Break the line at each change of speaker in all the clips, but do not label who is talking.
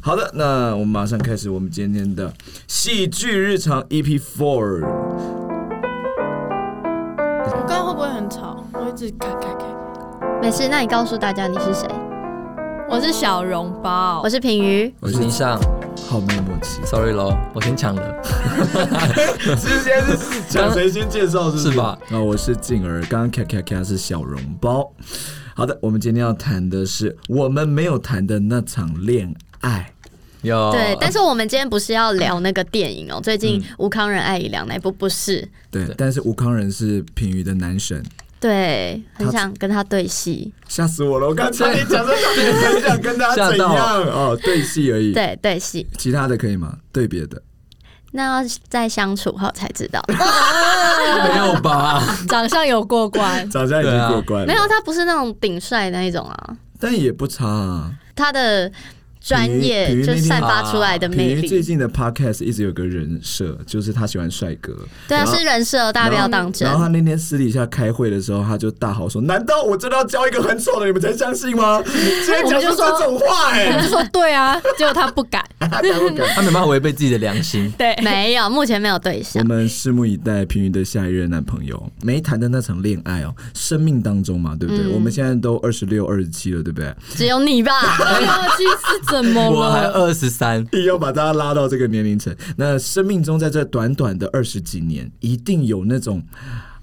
好的，那我们马上开始我们今天的戏剧日常 EP Four。
我刚刚会不会很吵？我一直咔咔咔。
没事，那你告诉大家你是谁？
我是小笼包，
我是品瑜，
我是倪尚
好没有默契，
，sorry 咯，我先抢了，
之前是讲谁先介绍是不
是吧？
那我是静儿，刚刚咔咔咔是小笼包。好的，我们今天要谈的是我们没有谈的那场恋爱。哦
有
对，但
是
是我们今天不是要聊那个电影哦，最近
嗯
吴康仁、艾怡良那一部不是？
对
对，
但是吴康仁是品瑜的男神，
对，很
他
想跟他对戏，
吓死我了！我刚才你讲这场恋爱，很想跟他怎
吓到
样哦，对戏而已。，
对对戏，
其他的可以吗？对别的，，
那要再相处后才知道。
没有吧？
长相有过关
早上已
对
经
啊
过关了，
没有，他不是那种顶帅那一种啊，
但也不差啊。
他的专
品
业
瑜
就
那天
散发出来的
品
魅
瑜最
力。
近的 podcast 一直有个人设，就是他喜欢帅哥。
对啊，
然后
是人设哦，大家不要当真
然。后他那天私底下开会的时候，他就大吼说：“难道我真的要教一个很丑的你们才相信 吗？”今天讲出这种话、
我就
哎，
说对啊，结果他不敢。
大家不敢
他没办法违背自己的良心。
对，
没有，目前没有对
我
象。
们拭目以待平云的下一任男朋友没谈的那场恋爱哦，生命当中嘛，对不对？
嗯
我们现在都二十六、二十七了，对不对？
只 有你吧？
哎呀，其实怎么
我还
了？
二十三，
硬要把大家拉到这个年龄层，那生命中在这短短的二十几年，一定有那种。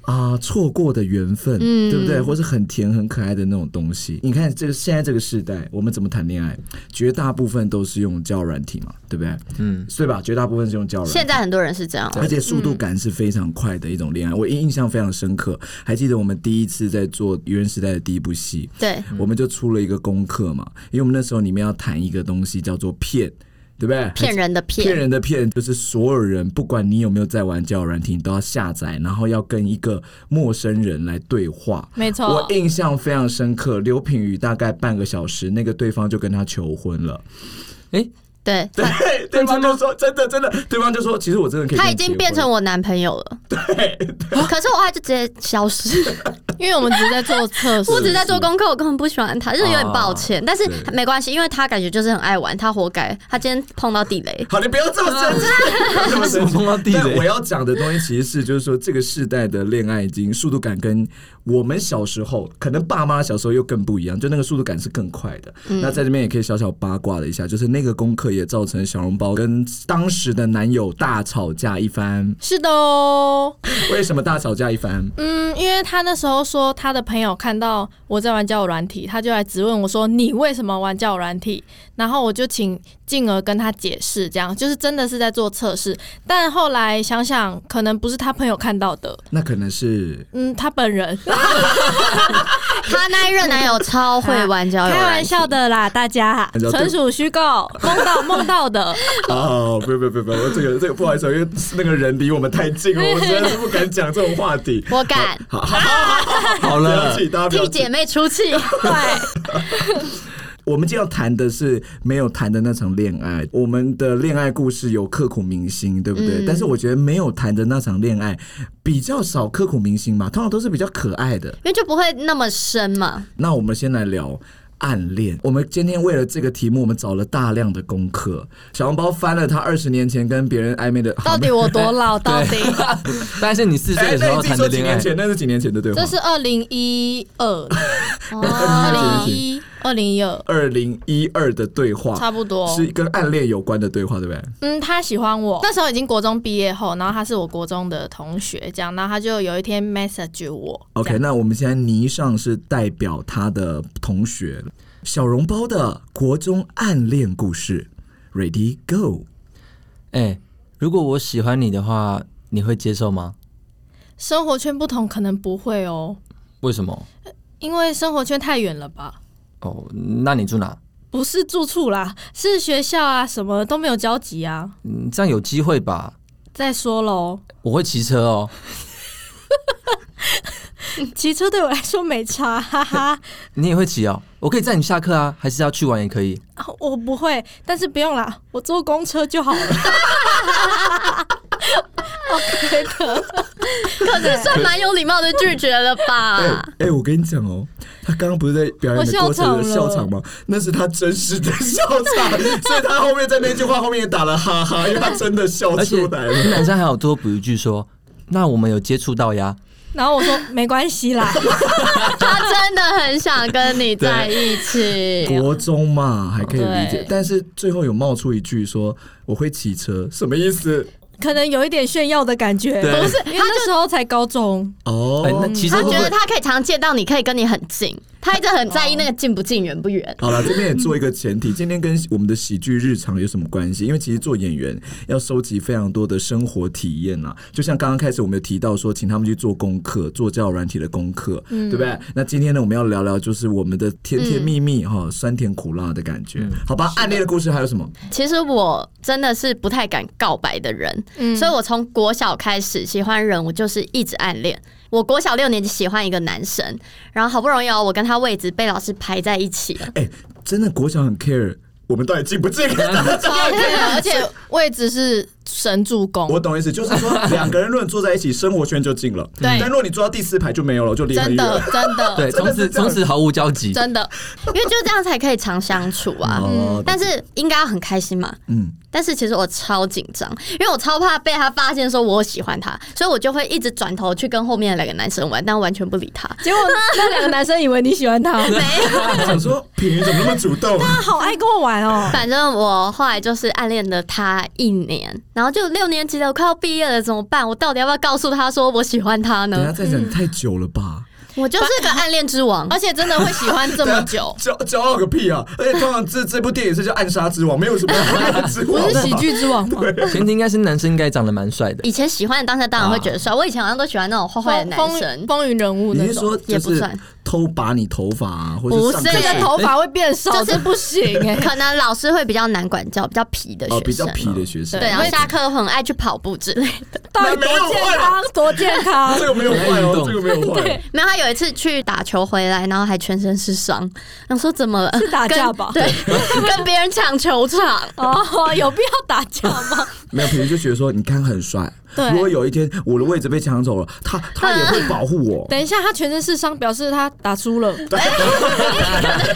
啊，错过的缘分，
嗯
对不对？或是很甜很可爱的那种东西。你看这个现在这个时代，我们怎么谈恋爱？绝大部分都是用交友软体嘛，对不对？
嗯，
对吧？绝大部分是用交友软体。
现在很多人是这样哦，
而且速度感是非常快的一种
嗯
恋爱，我印印象非常深刻。还记得我们第一次在做《愚人时代》的第一部戏，
对，
我们就出了一个功课嘛，因为我们那时候里面要谈一个东西叫做骗，对不对？
骗人的
骗
骗，
人的骗，就是所有人，不管你有没有在玩交友软体，你都要下载，然后要跟一个陌生人来对话。
没
我
错，
印象非常深刻，刘品宇大概半个小时，那个对方就跟他求婚了。
对，
对，对方就说真的真的，对方就说其实我真的可以跟
他
你
已
结婚。
经变成我男朋友了。对， 可是我还就直接消失，
因为我们只是在做测试，。
我只在做功课，我根本不喜欢他，就是有点抱歉。但是
对
没关系，因为他感觉就是很爱玩，他活该，他今天碰到地雷。
好，你不要这么生气，不要这么
为什
生
么
气。
碰到 地
但我
雷？
要讲的东西其实是，就是说这个世代的恋爱已经速度感跟我们小时候，可能爸妈小时候又更不一样，就那个速度感是更快的。
嗯
那在这边也可以小小八卦了一下，就是那个功课也造成小笼包跟当时的男友大吵架一番
是的哦。
为什么大吵架一番？
嗯，因为他那时候说他的朋友看到我在玩交友软体，他就来质问我说：“你为什么玩交友软体？”然后我就请进而跟他解释，这样就是真的是在做测试。但后来想想，可能不是他朋友看到的，
那可能是
嗯，他本人。
他那一任男友超会玩交友
开
软
玩
体，
笑的啦，大家
你知道对
纯属虚构，梦到梦到的。
哦，不不不不，我这个这个不好意思，因为那个人离我们太近了，我实在是不敢讲这种话题。
我敢
好，好好好
好
不要
了，
气，大家不要
替
气
姐妹出气。
对，
我们今天要谈的是没有谈的那场恋爱，我们的恋爱故事有刻骨铭心，对不对？
嗯
但是我觉得没有谈的那场恋爱比较少刻骨铭心嘛，通常都是比较可爱的。
因为就不会那么深嘛，
那我们先来聊。暗恋，我们今天为了这个题目，我们找了大量的功课。小红包翻了他二十年前跟别人暧昧的，
到底我多老？到底
但是你四岁
哎，
的时
那
候
已经
谈
说
的
几
恋
年
爱，
前，那是几年前的对话
这，是二零一二、二
哦
零一、二零一二，
二零一二的对话，
差不多。
是跟暗恋有关的对话，对不对？
嗯，他喜欢我，那时候已经国中毕业后，然后他是我国中的同学，这样，然后他就有一天 message 我
OK，那我们现在倪尚是代表他的同学小笼包的国中暗恋故事，Ready Go！
哎、如果我喜欢你的话，你会接受吗？
生活圈不同，可能不会哦，
为什么？
因为生活圈太远了吧？
哦，那你住哪？
不是住处啦，是学校啊，什么都没有交集啊。
嗯，这样有机会吧？
再说喽，
我会骑车哦。
骑车对我来说没差，哈哈。
你也会骑哦？我可以载你下课啊，还是要去玩也可以。
啊我不会，但是不用啦，我坐公车就 好了。OK 的，
可是算蛮有礼貌的拒绝了
哎、
吧？
哎、我跟你讲哦，他刚刚不是在表演的过程
啊我
的
笑场了
笑场吗？那是他真实的笑 场，所以他后面在那句话后面也打了哈哈，因为他真的笑
而且
出来 了。
男生还有多补一句说，那我们有接触到呀，
然后我说没关系啦，
他真的很想跟你在一起。
国中嘛，还可以理解
对，
但是最后有冒出一句说我会骑车，什么意思？
可能有一点炫耀的感觉，
对
不是，因为那时候才高中，
哦
哎，，那其实
他
会不
觉得
会
他可以常见到你，可以跟你很近，他一直很在意那个近不近、远不远。
好了，这边也做一个前 提，今天跟我们的喜剧日常有什么关系？因为其实做演员要收集非常多的生活体验啊，就像刚刚开始我们有提到说，请他们去做功课，做教软体的功课，
嗯
对不对？那今天呢，我们要聊聊就是我们的甜甜蜜蜜哈、
嗯
酸甜苦辣的感觉，好吧？暗恋的故事还有什么？
其实我真的是不太敢告白的人，
嗯
所以我从国小开始喜欢人，我就是一直暗恋。我国小六年级喜欢一个男生，然后好不容易哦，我跟他位置被老师排在一起 了，
哎、真的国小很 care 我们到底进不进？
超 对，啊而且位置是神助攻
啊我，懂意思，就是说两个人如果坐在一起，生活圈就进了，
对
但如果你坐到第四排就没有了，就离很
真
远
的
了。
真的
对，
哦真
从
的是
此
这样
从此毫无交集。
真的，
因为就这样才可以常相处啊。
哦，
但是应该要很开心嘛，
嗯，
但是其实我超紧张，因为我超怕被他发现说我喜欢他，所以我就会一直转头去跟后面的两个男生玩，但完全不理他。
结果那两个男生以为你喜欢他，
我想说品云怎么那么主动？
他 好爱跟我玩 哦，
反正我后来就是暗恋了他一年，然后就六年级了，我快要毕业了，怎么办？我到底要不要告诉他说我喜欢他
等一下
呢？
再讲，太久了吧？，
我就是个暗恋之王，
而且真的会喜欢这么 久
骄骄傲个屁啊！而且通常这这部电影是叫《暗杀之王》，没有什么 暗杀之
不
王吧
是喜剧之王吗？
前提应该是男生应该长得蛮帅
啊
的，
以前喜欢的当下当然会觉得帅，我以前好像都喜欢那种坏坏的男生
风，风云人物
你
那
是
种，
说
也
就
不
是
算
偷拔你头发啊，或
不
者上
是
这
课
个头发会变少，
就是
这不行 哎。
可能老师会比较难管教，比较皮的
哦
学
比较
生。啊
皮的学生，
对，然后下课很爱去跑步之类的。
到底多健康，多健康
这。个没有坏哦，这个没有 坏。
没有，他有一次去打球回来，然后还全身是伤，然后说怎么了？
是打架吧
跟 对，跟别人抢球场。
哦，有必要打架吗？
没有品云就觉得说，你看很帅，
对
如果有一天我的位置被抢走了，他他也会保护我。
等一下，他全身是伤，表示他打输 了。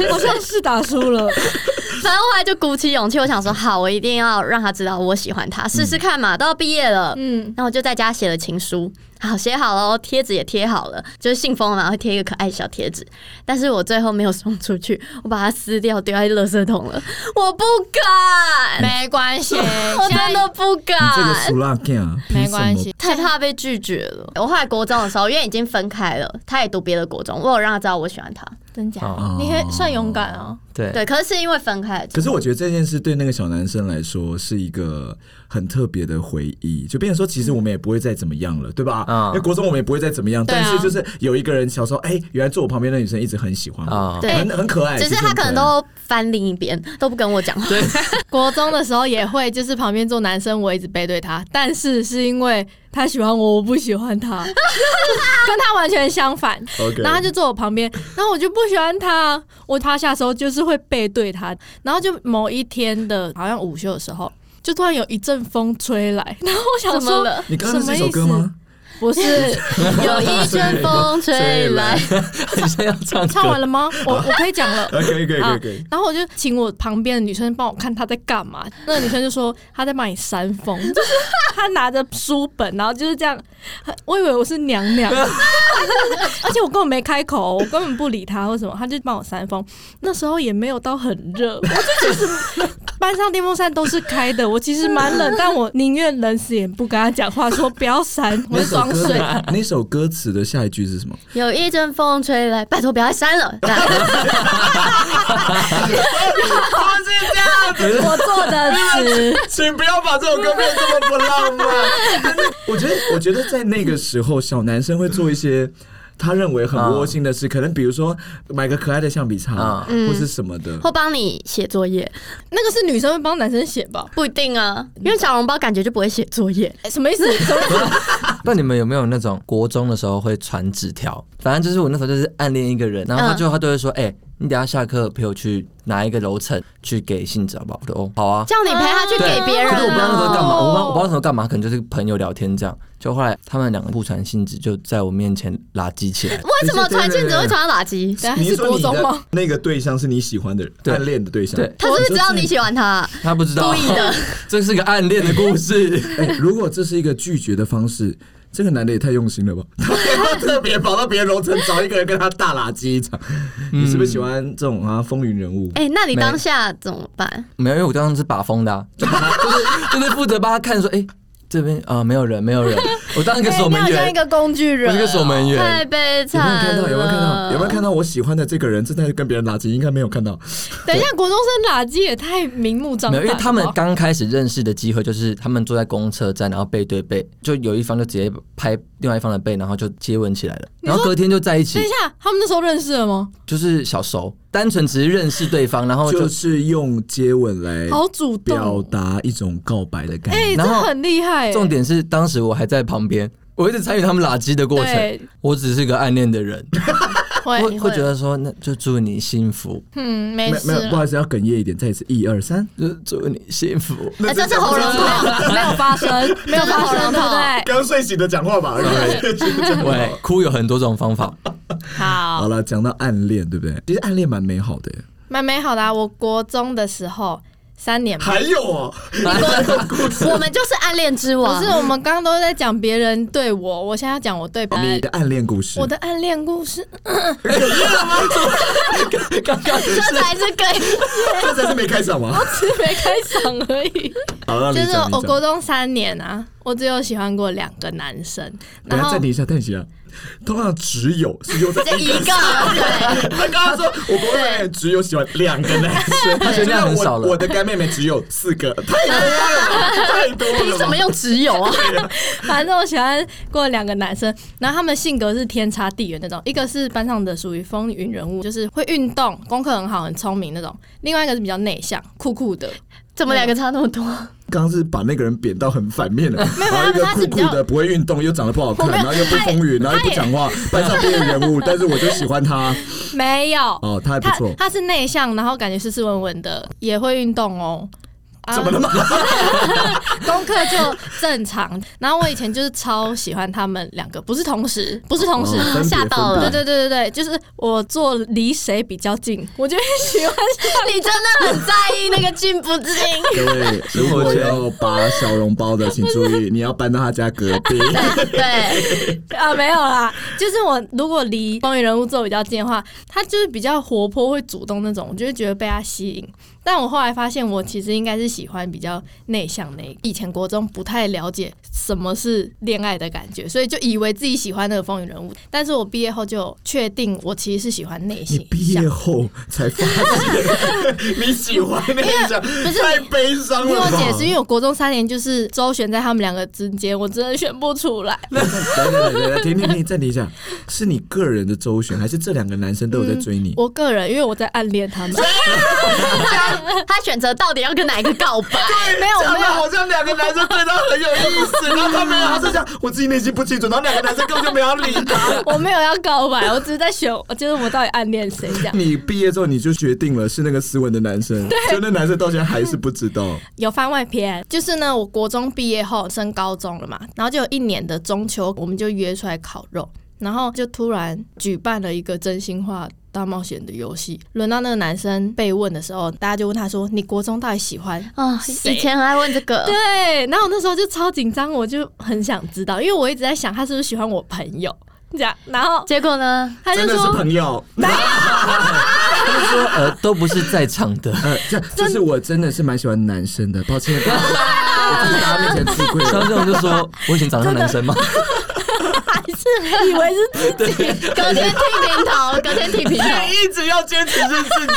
好像是打输了，
反正后来就鼓起勇气，我想说，好，我一定要让他知道我喜欢他，试试看嘛。都要毕业了，
嗯，
然后我就在家写了情书，好写好了，贴纸也贴好了，就是信封嘛，会贴一个可爱小贴纸。但是我最后没有送出去，我把它撕掉，丢在垃圾桶了。我不敢，
没 关系，
我
我
真的不
你这个
敢
俗。辣 g 啊，
没关系。
太怕被拒绝了。我后来国中的时候，因为已经分开了，他也读别的国中，我有让他知道我喜欢他。
真假
哦？
你很算勇敢
哦
啊！
对，
对，可是是因为分开了，
可是我觉得这件事对那个小男生来说是一个很特别的回忆，就变成说，其实我们也不会再怎么样了，对吧？
嗯
因为国中我们也不会再怎么样，
对啊
但是就是有一个人小时候，哎、原来坐我旁边的女生一直很喜欢我，
啊
对
很很可爱，
只是
其实
他
很
可能
爱。
都翻另一边，都不跟我讲话。
对，
国中的时候也会，就是旁边坐男生，我一直背对他，但是是因为他喜欢我，我不喜欢 他，跟他完全相反。
OK，
然后他就坐我旁边，然后我就不喜欢他，我趴下的时候就是会背对他，然后就某一天的好像午休的时候，就突然有一阵风吹来，然后我想
怎么
说，
了？
你刚刚
什么
是
意
这
思
首歌吗？
不是
有一阵风吹来，
很像要唱
唱完
歌。
了吗？我我可以讲了。
啊，可以可以可
啊
以可以，
然后我就请我旁边的女生帮我看她在干嘛。那个女生就说她在帮你扇风，就是她拿着书本，然后就是这样。我以为我是娘娘， 而且我根本没开口，我根本不理她或什么，她就帮我扇风。那时候也没有到很热，我就其实班上电风扇都是开的，我其实蛮冷，但我宁愿冷死也不跟她讲话，说不要扇，我
那
就
首
装
歌
睡。
的 那首歌词的下一句是什 么？
有一阵风吹来，拜托不要再删了。
哦我做的词。
请不要把这首歌变得这么不浪漫。但是 我觉得，我觉得在那个时候，小男生会做一些。他认为很窝心的事，可能比如说买个可爱的橡皮擦，
啊
或是什么的。
或帮你写作业，
那个是女生会帮男生写吧？
不一定啊，因为小笼包感觉就不会写作业。
哎什么 意思？什么意思？
那你们有没有那种国中的时候会传纸条？反正就是我那时候就是暗恋一个人，然后他
嗯
最后他都会说：“哎、你等一下下课陪我去拿一个楼层去给信子好不好？”我说：“哦，好啊。”
叫你陪他去给别人
可是我不知道那时候干嘛，
哦
我不知道我不知道那时候干嘛，可能就是朋友聊天这样。就后来他们两个互传信纸，就在我面前拉机起来。
为什么传信只会传到垃圾？
等下
你
是
说
国
你
中
的
吗？
那个对象是你喜欢的人，
对
暗恋的对象。
对
他是不是知道你喜欢他？
他不知道，
故意的，
这是个暗恋的故事。
哎、如果这是一个拒绝的方式，这个男的也太用心了吧？他特别跑到别人楼层找一个人跟他大垃圾一场，你是不是喜欢这种啊风云人物？
哎、那你当下怎么办？
没有，因为我当时是把风的、啊， 就是就是负责帮他看说，哎、这边啊、没有人，没 有人。我当一个守门
你好像
员
一，个工具
我
人
是个守门
太
员。
有
悲
没有
惨
看
了！
到？有没有看到？有没有看到我喜欢的这个人正在跟别人垃圾？应该没有看到。
等一下，国中生垃圾也太明目张
没
胆
有，
了吧，
因为他们刚开始认识的机会就是他们坐在公车站，然后背对
哦
背，就有一方就直接拍另外一方的背，然后就接吻起来了，然后隔天就在一起
等一，下，他们那时候认识了吗？
就是小熟，单纯只是认识对方，然后就
就是用接吻来
哦好主
表
动，
达一种告白的概念。
哎、这
然后
很厉害、
重点是，当时我还在旁边，我一直参与他们拉鸡的过程
对。哎
我只是个暗恋的人，
会
会会觉，得说，那就祝你幸福，
嗯，没
没
事
没有，不
了，
好意思，要哽咽一点，再一次，一二三。
就祝你幸福。
哎这是喉咙痛，
没有发 生，没有发生，对不对？
刚睡醒的讲话吧。
喂，哭有很多种方法，
好
好，
了，讲到暗恋，对不对？其实暗恋蛮美好的。
蛮美好的、啊。我国中的时候，三年吧。
有哦，
啊
我们就是暗恋之
不
王。
是，我们刚刚都在讲别人对我，我现在要讲我对别
哦你
人。
的暗恋故事，
我的暗恋故事，
刚刚
这才是跟
这才是没开场 吗？
只是没开场而已。
好了，
就是我
沟
国中三年啊，我只有喜欢过两个男生，
等
然
一下
后
暂停一下，暂停一下。通常只有是有在
一个，对，
他刚刚说， 我国内只有喜欢两个男生，他
觉得量很少了
我的干妹妹只有四个，太多了，太多
凭
了
什
吧
么。用只有 啊？
反正我喜欢过两个男生，然后他们性格是天差地远那种，一个是班上的属于风云人物，就是会运动、功课很好、很聪明那种；，另外一个是比较内向、酷酷的，
怎么两个差那么多？
刚刚是把那个人贬到很反面了，然后一个
他
酷
是比
酷
较
的，不会运动，又长得不好看，
我没有
然后又不风云，然后又不讲话，班上边缘人物，但是我就喜欢他。
没有。
哦，他还不
他
错。
他是内向，然后感觉斯斯文文的，也会运动 哦。啊
怎么了哦吗？
功课就正常。然后我以前就是超喜欢他们两个，不是同时，不是同啊时，
哦分别
吓到
分别
对对对对对，就是我坐离谁比较近，我就会喜欢。
你真的很在意那个进不进？
各位，如果要拔小笼包的，请注意，你要搬到他家隔壁。
对，
啊，没有啦，就是我如果离风云人物座比较近的话，他就是比较活泼，会主动那种，我就会觉得被他吸引。但我后来发现，我其实应该是喜欢比较内向的一个。以前国中不太了解什么是恋爱的感觉，所以就以为自己喜欢那个风云人物。但是我毕业后就确定，我其实是喜欢内
你
心
毕业后才发现 你喜欢那种，
不是
太悲伤
听
了
我
吧
解释，因为我国中三年就是周旋在他们两个之间，我真的选不出来。
来来来来，停停停，暂停一下，是你个人的周旋，还是这两个男生都有在追你？
我个人，因为我在暗恋他们，
他选择到底要跟哪一个 告白？
没有
讲
没
的
有，
好像两个男生对他很有意思，然后他没有，他是讲我自己内心不清楚，然后两个男生根本就没有要理 他。
我没有要告白，我只是在选，就是我到底暗恋谁这样。
你毕业之后你就决定了是那个斯文的男生，就那男生到现在还是不知道。
有番外篇，就是呢，我国中毕业后升高中了嘛，然后就有一年的中秋，我们就约出来烤肉，然后就突然举办了一个真心话。大冒险的游戏，轮到那个男生被问的时候，大家就问他说：“你国中到底喜欢
啊，以前很爱问这个，
对，然后我那时候就超紧张，我就很想知道，因为我一直在想他是不是喜欢我朋友这样，然后
结果呢？
他就
真的是
说
朋友，
就是说呃都不是在场的，
呃，这这是我真的是蛮喜欢男生的，抱歉，我在大家面前自愧
然后这种就说我以前长得像男生吗？
还 是以为是自己，
隔天剃 平头，隔天剃平头，
一直要坚持是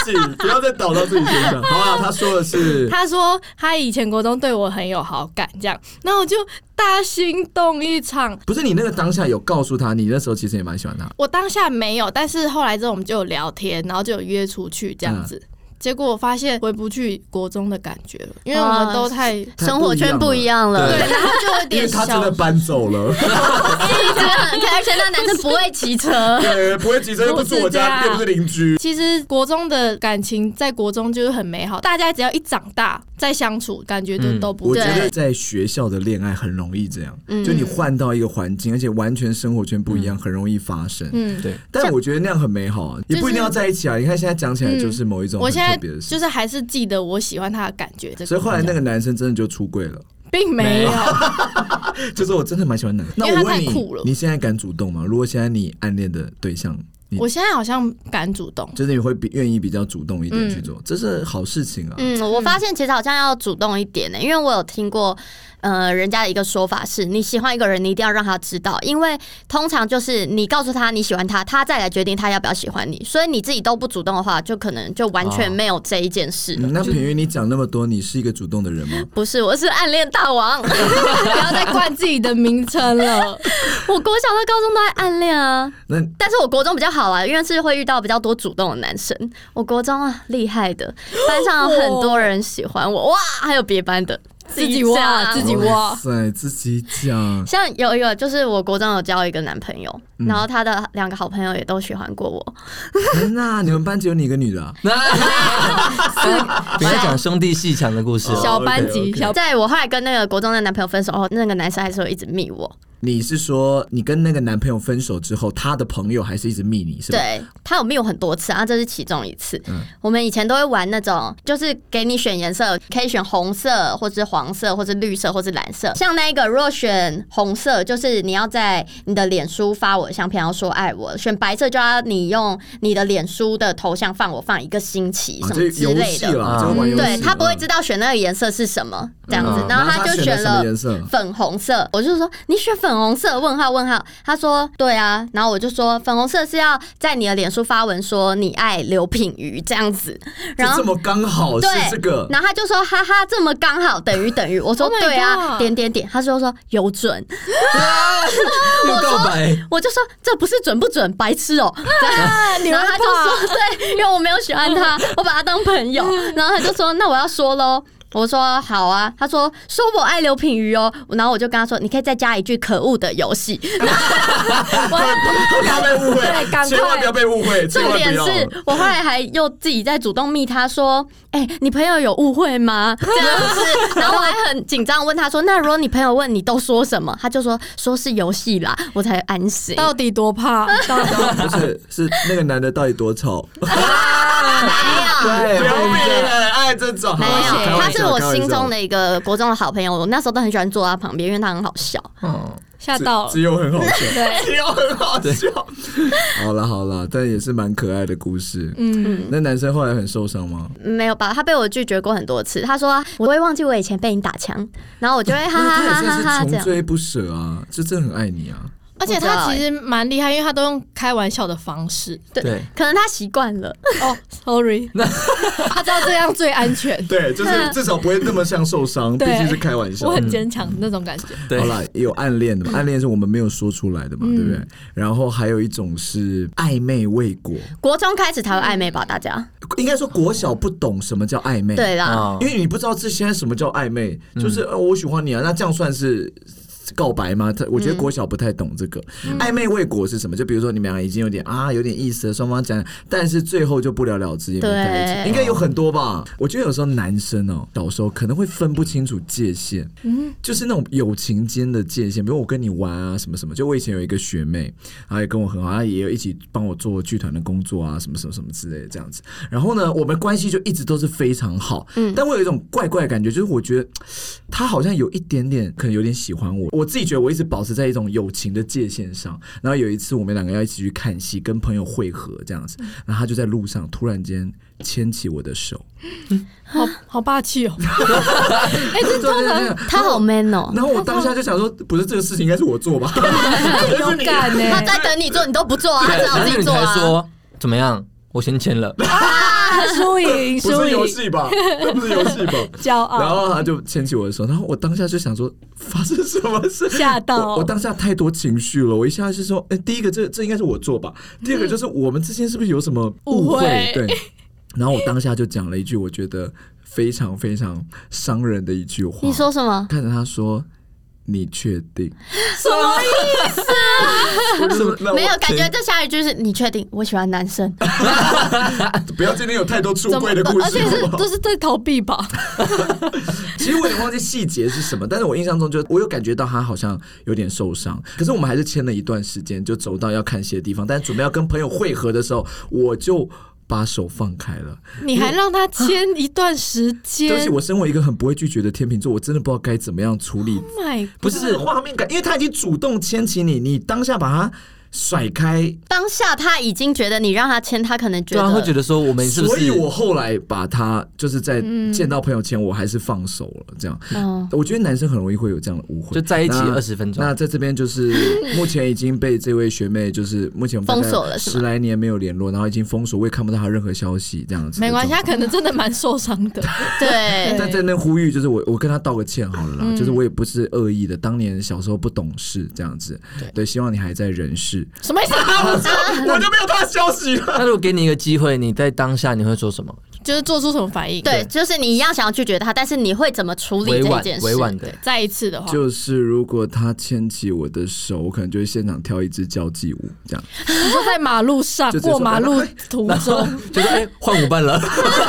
自 己，不要再倒到自己身上。好啊，他说的是，
他说他以前国中对我很有好感，这样，然后我就大心动一场。
不是你那个当下有告诉他，你那时候其实也蛮喜欢他。嗯
我当下没有，但是后来之后我们就有聊天，然后就有约出去这样子。结果我发现回不去国中的感觉了，因为我们都太、
太
生活圈不一样了，
对，
啊对
然后就有
因为
点
他真的
小
搬走 了，
真的很开，而且那男生不会骑车，
对，不会骑车，又不是我家，又不是邻居，
其实国中的感情在国中就是很美好，大家只要一长大再相处，感觉就
嗯
都不
我
对。
觉
对
得在学校的恋爱很容易这样，就你换到一个环境，而且完全生活圈不一样，很容易发生。
嗯，
对，
但我觉得那样很美好啊，也不一定要在一起啊。你看现在讲起来就是某一种
我
很
现在
特别的
就
事，
是还是记得我喜欢他的感觉，这个
所以后来那个男生真的就出柜了，
并没有
没。
就是我真的蛮喜欢男。那
因为他
我问
太
你
酷了，
你现在敢主动吗？如果现在你暗恋的对象，你
我现在好像敢主动，
就是你会比愿意比较主动一点去做，这是好事情啊。
嗯，我发现其实好像要主动一点欸呢、因为我有听过，呃，人家的一个说法是，你喜欢一个人，你一定要让他知道，因为通常就是你告诉他你喜欢他，他再来决定他要不要喜欢你，所以你自己都不主动的话，就可能就完全
啊
哦
没有这一件事了。
嗯那品瑜，你讲那么多，你是一个主动的人 吗？
不是，我是暗恋大 王，
不要再冠自己的名称 了。
我国小到高中都在暗 恋啊，
那
但是我国中比较好啊，因为是会遇到比较多主动的男生。我国中啊，厉害的，班上有很多人喜欢我，哇，还有别班的，
自己挖，
讲
自己
哇
挖。
塞，自己讲。
像有一个，就是我国中有交一个男朋友，
嗯
然后他的两个好朋友也都喜欢过我。
天呐， 你们班只有你一个女的、啊？
不要讲兄弟戏强的故事哦，
小班级，
OK，OK
小
在我后来跟那个国中的男朋友分手后，那个男生还是会一直密我，
你是说你跟那个男朋友分手之后，他的朋友还是一直密你是吧？
对他有密我很多次，啊，这是其中一次。
嗯
我们以前都会玩那种，就是给你选颜色，可以选红色，或是黄色，或是绿色，或是蓝色。像那一个，如果选红色，就是你要在你的脸书发我的相片，要说爱我；选白色，就要你用你的脸书的头像放我放一个星期
啊，
什
这
么之
游
类
戏
的。
啦，
嗯
这玩游戏。啊
对他不会知
道
道选那个颜色是什么这样子，
嗯
然后他
他
就
选
选
什么
了
颜色？
粉红色，我就说你选粉红色？问号问号。他说对啊，然后我就说粉红色是要在你的脸书发文说你爱刘品瑜这样子，然
就这
后。
么刚好是
对，
这个，
然后他就说哈哈，这么刚 好等于等于。我说
Oh my
对啊，
God
点点点。他就说有准，
又告白，
我就说这不是准不准，白痴哦、
啊你
然
们
后他就
怕
说：“对，因为我没有喜欢他，我把他当朋友。”然后他就说：“那我要说喽。”我说：“好啊。”他说：“说我爱刘品瑜哦。”然后我就跟他说：“你可以再加一句‘可恶的游戏
不要被误
对赶快
会，千万不要被误会，”。千
重
万
点
不要。
是我后来还又自己在主动密他说：“哎、你朋友有误会吗？”这样子，然后我还很紧张地问他说：“那如果你朋友问你都说什么？”他就说：“说是游戏啦。”我才安心。
到底多 怕？到底
不是是那个男的到底多 丑？
对，
不要
会
被很爱这种，
没
好啦开
有，他
玩
是
笑
我
开玩
心
笑
中的一个国中的好朋友，我那时候都很喜欢坐他旁边，因为他很好笑。
嗯
吓到了
只只。有很好笑，
对
只有很好笑。好了好了，但也是蛮可爱的故事。
嗯，
那男生后来很受伤吗？
没有吧？他被我拒绝过很多次。他说我会忘记我以前被你打枪，然后我就哎会哈哈
那
哈
他也算
哈哈
是
这
穷
样。
追不舍啊，就真的很爱你啊。
而且他其实蛮厉害，因为他都用开玩笑的方式。
对，
可能他习惯了，
哦，sorry，他 知道这样最安全。
对，就是至少不会那么像受伤，毕
对
竟是开玩笑
我。很坚强那种感觉。
对
好了，有暗恋的嘛，暗恋是我们没有说出来的嘛，对不对？然后还有一种是暧昧未果，
国中开始才会暧昧吧？大家
应该说国小不懂什么叫暧昧，，
对啦，
啊
因，为你不知道这现在什么叫暧昧，就是、呃我喜欢你啊，那这样算是。告白吗？他我觉得国小不太懂这个、暧昧未果是什么。就比如说你们俩已经有点啊，有点意思了，双方讲，但是最后就不了了之，也没在一起，
对
应该有很多吧。我觉得有时候男生哦，小时候可能会分不清楚界限，就是那种友情间的界限，比如我跟你玩啊，什么什么。就我以前有一个学妹，她也跟我很好，她也有一起帮我做剧团的工作啊，什么什么什么之类的这样子。然后呢，我们关系就一直都是非常好。嗯，但我有一种怪怪的感觉，就是我觉得她好像有一点点，可能有点喜欢我。我自己觉得我一直保持在一种友情的界限上。然后有一次我们两个要一起去看戏，跟朋友会合这样子，
嗯
然后她就在路上突然间牵起我的手，
好好霸气 哦！
哎，这突然
他好 man 哦、
然后我当下就想说，不是这个事情应该是我做 吧？
很勇敢 呢、
他在等你做，你都不做啊，他只好
但
自
是
己
你
做
才
啊。
说怎么样？我先签了，
他输赢，
不
输
是游
赢，
戏吧？那不是游 戏吧？
骄
哦
然
傲，
后他就牵起我的手，然后我当下就想说，发生什么事？
吓到
我我当下太多情绪了，我一下就说，哎、第一个这这应该是我做吧，第二个就是我们之间是不是有什么
嗯误会
对。然后我当下就讲了一句我觉得非常非常伤人的一句话。
你说什么？
看着他说：“你确定
什么意？”
是不是那我
没有感觉？这下一句是你确定？我喜欢男生，
不要今天有太多出
怎么
柜的故事，
而且是
好不好
都是在逃避 吧？
其实我也忘记细节是什么，但是我印象中就我有感觉到他好像有点受伤，可是我们还是签了一段时间，就走到要看戏的地方，但准备要跟朋友会合的时候，我就把手放开了。
你还让他签一段时 间
对不起，我身为一个很不会拒绝的天秤座，我真的不知道该怎么样处
哦
理。
？Oh my，
不是画面感，因为他已经主动牵起你，你当下把他甩开，
当下他已经觉得你让他签，他可能觉
对啊，会觉
得
得说我们是不
所以
是？
我后来把他就是在见到朋友前，我还是放手了。这样，
嗯，
我觉得男生很容易会有这样的误会，
就在一起
那
二十分钟
那，在这边就是 目前已经被这位学妹就是目前我们
封锁了是吗
十来年没有联络，然后已经封锁，我也看不到她任何消息，这样子。
没关系，他。可能真的蛮受伤 的。
对，
但在那呼吁，就是我我跟她道个歉好了啦，
嗯
就是我也不是恶意的，当年小时候不懂事这样子。对，希望你还在人世。
什 么意思？
啊
我就没有她的消息了。
那如果给你一个机会，你在当下你会说什么？
就是做出什么反应？
对，就是你一样想要拒绝他，但是你会怎么处理
委
这
婉
件事？
委婉的，
再一次的话，
就是如果她牵起我的手，我可能就会现场跳一支交际舞这样。
你说在马路上
就直接
过
说
马 路途 中，
就是哎，换舞伴了，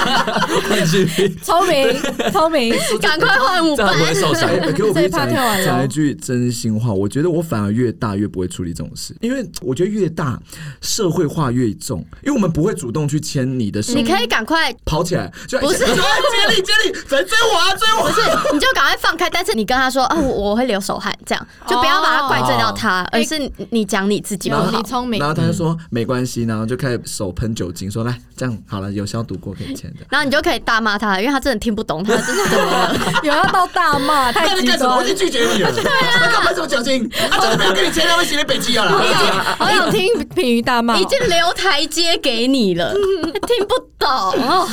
换去，
聪明，聪明，
赶快换舞
这样
伴
不。会受伤。
哎，可我必须讲
这一趴
一
跳完了
讲一句真心话，我觉得我反而越大越不会处理这种事，因为我觉得越大社会化越重，因为我们不会主动去牵你的手
你，可以赶快，
跑起来就
不是
哎 接力接力，谁追我啊追我
不！是，你就赶快放开，但是你跟他说啊，
嗯
我我会流手汗，这样就不要把他怪罪到他，而是你你讲你自己不
有
好
你。聪
哦
明
哎然。后他就说没关系，然后就开始手喷酒精，说来这样好了，有消毒过可以牵的。
然后你就可以大骂他，因为他真的听不 懂，他这是怎么了？
有要到大 骂，太极
啊
端了。
拒绝你了。他干嘛这么酒精？啊，就是没有跟你签，他们写在北极啊了。
啊
好想听品瑜大骂哦，
已经留台阶给 你了，听不懂哦。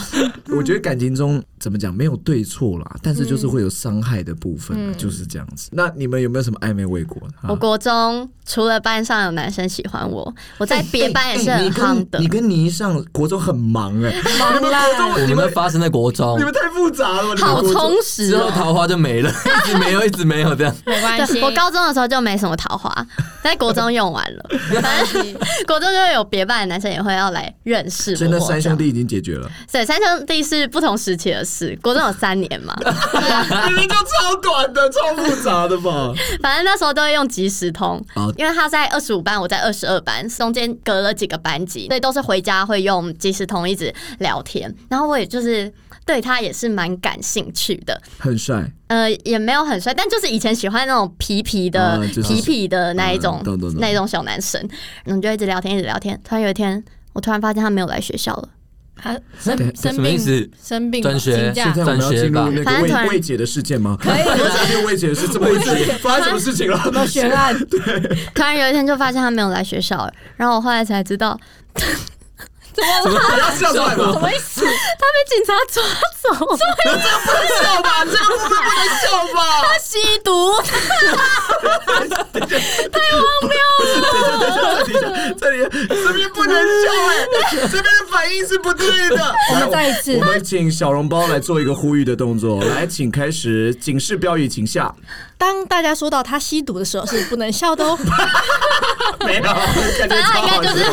我觉得感情中怎么讲没有对错啦，但是就是会有伤害的部分啊，就是这样子。那你们有没有什么暧昧未果？啊
嗯我国中除了班上有男生喜欢我，我在别班也是
哎哎
很
你跟
夯的
你。跟倪尚国中很忙哎、你们国中
我
你
们
们
都发生在国中
你，们太复杂了，你们
好
国中
充实
之后
哦！
桃花就没了，一直没有，一直没有这样。
没关系。
对，我高中的时候就没什么 桃花，在国中用完了。反正 国中就有别班的男生也会要来认识我。
所以那三兄，弟已经解决了，
对，三兄弟是不同时期的事。国中有三 年嘛，
明明就超短的，超复杂的吧？
反正那时候都会用即时通
哦，
因为他在二十五班，我在二十二班，中间隔了几个班级，所以都是回家会用即时通一直聊天。然后我也就是对他也是蛮感兴趣的，
很帅，
呃，也没有很帅，但就是以前喜欢那种皮皮的、
啊就是
皮皮的那一种、
嗯懂懂懂
那一种小男生，然后就一直聊天，一直聊天。突然有一天，我突然发现他没有来学校了，
他
什
生
什
生
么意
病，
思？
生病吧，
转学
请假
现在我们要进入那
反
个
正突然
未未解的事件吗？可以，因为未解的是这么未解，发生什么事情了？
什么悬案？
突然有一天就发现他没有来学校了，然后我后来才知道
不要笑出来吧，
么意思？
他被警察抓走，
笑吧，这个部分不能笑吧。
他吸毒，
等一下，这里这边不能笑哎、这边的反应是不对的。
我们再一次
我们请小笼包来做一个呼吁的动作，来，请开始警示标语，请下。
当大家说到他吸毒的时候，是不能笑的哦。
没有，感觉
反正
超
他 应该
好
就是
笑。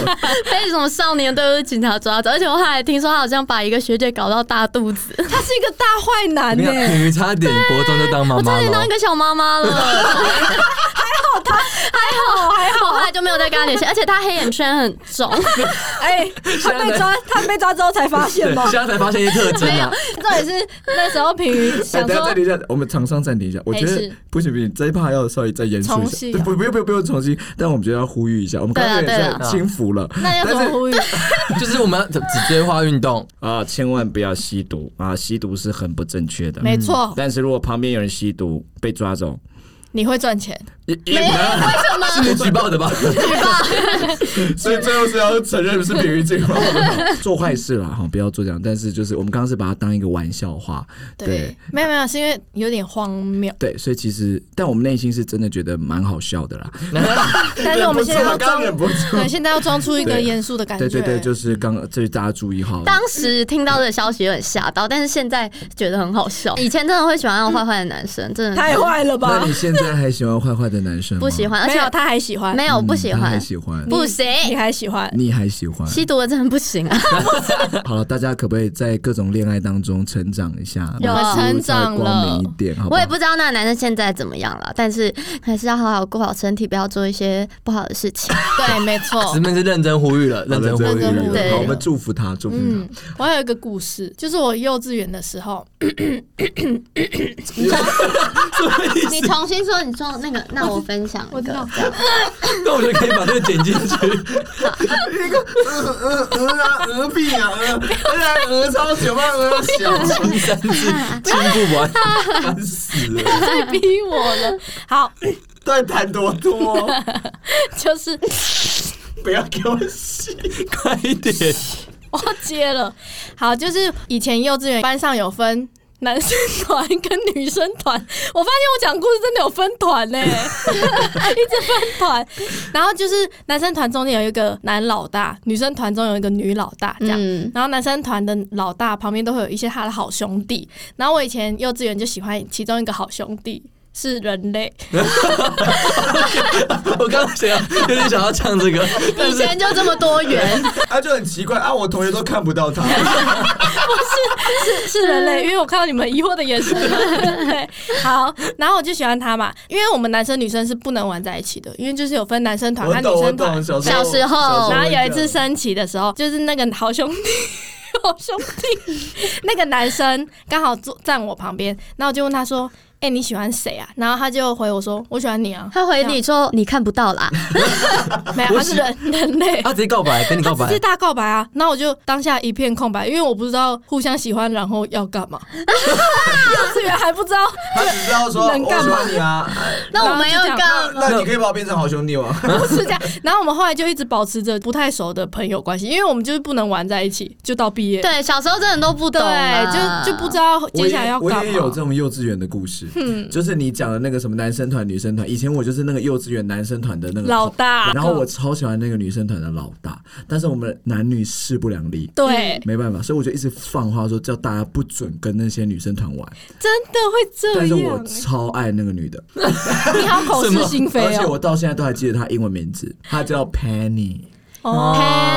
被什么少年队被警察抓走，而且我后来听说他好像把一个学姐搞到大肚子，
他是一个大坏男欸
你
呢、
看，品瑜差点国中就当妈
我差
妈哦
点当一
了。
个小妈妈 了。
还好还
我
好
后，来就没有再跟他联系，而且他黑眼圈很 重，
哎、他被抓，他被抓之后才发现
对，
吗
现？在才发现一些特征
没有
啊，，
重点是那时候 平云
哎，
想
等一下，
说
暂停一下，我们厂商暂停一下。我觉
哎
得
是
不行不行，这一趴要稍微再严肃一
重
下。
新
对不，不用不用不用重新，但我们觉得要呼吁一下，我们刚刚有
对啊
点
对啊
轻浮了。
那要怎么 呼吁？
就是我们要只规划运动，
啊，千万不要吸毒啊！吸毒是很不正确的。
没错，
但是如果旁边有人吸毒被抓走，
你会赚钱，
也也没有，
是举报的吧？
所以最后是要承认是平于进 化的，做坏事啦哈，不要做这样。但是就是我们刚刚是把它当一个玩笑话，对
对，没有没有，是因为有点荒谬。
对，所以其实但我们内心是真的觉得蛮好笑的啦。
但是我们现在要装，
忍不住刚刚忍不
对，
住
现在要装出一个
对
严肃的感觉。
对对对，就是刚刚，这大家注意哈。
当时听到的消息有点吓到，但是现在觉得很好笑。以前真的会喜欢那种坏坏的男生，真的
太坏了
那
吧
你？现在还喜欢坏坏的男生吗？
不喜欢，而
没
且
有，他还喜欢，
没
嗯，
有不喜
他
欢
还，喜欢，
不行，
你还喜欢。
你还喜欢。
吸毒的真的不行啊！
好了，大家可不可以在各种恋爱当中成长一下？
有
把
成长
稍微光明
了
一点，好
我也
好
不知道那个男生现在怎么样了，但是还是要好好顾好身体，不要做一些不好的事情。
对，没错
直。妹是认真呼吁了，认真呼
哦认真
吁
呼吁
对，
对
好，我们祝福他，祝福
嗯
他。，
我还有一个故事，就是我幼稚园的时候，
你重新说，你说那个，那我分享
我
一
知 道
个，
那我觉得可以把这个剪进去。
鹅鹅啊，鹅屁啊，鹅，而且鹅超久，把鹅小，
第三次亲不完，
烦死了，
太逼我了。好，
对，谈多多，
就是
不要给我洗。
快一点！
我接了。好，就是以前幼稚园班上有分。男生团跟女生团，我发现我讲故事真的有分团呢、一直分团。然后就是男生团中间有一个男老大，女生团中有一个女老大，这样。
嗯
然后男生团的老大旁边都会有一些他的好兄弟。然后我以前幼稚园就喜欢其中一个好兄弟是人类，
我刚刚想要有点想要唱这个，但
以
是
前就这么多元，
他就很奇怪 啊，我同学都看不到他，
是人类，因为我看到你们疑惑的眼神。对，好，然后我就喜欢他嘛，因为我们男生女生是不能玩在一起的，因为就是有分男生团和
我
啊女
懂，我
生团
懂，。小时候，
小时候
然后有一次
是，
升旗的时候，就是那个好兄弟。 好兄弟，那个男生刚好坐站我旁边，然后我就问他说：“哎、你喜欢谁啊？”然后他就回我说：“我喜欢你啊。
他回你说你看不到啦，
没有，他是人人类，
啊他直接告白，跟你告
他直接
白，
大告白啊！那我就当下一片空白，因为我不知道互相喜欢，然后要干嘛。 幼稚园还不知道，
他只知道说
能
我
干
喜
嘛
欢你啊，哎
那我们要干嘛？
那你可以把我变成好兄弟吗？
不 是这样。然后我们后来就一直保持着不太熟的朋友关系，因为我们就是不能玩在一起，就到毕业。
对，小时候真的都不
对
懂啊，
就就不知道接下来要
我也
干
我
嘛。
也有这种幼稚园的故 事，就是你讲的那个什么男生团、女生团，以前我就是那个幼稚园男生团的那个
老大
然后我超喜欢那个女生团的老大，但是我们男女势不两立。
对，
没办法，所以我就一直放话说叫大家不准跟那些女生团玩。
真的会这
但是我
样。欸
超爱那个女的，
你好口是心
而
非
且
哦，嗯
我到现在都还记得她英文名字，她叫 Penny。
哦，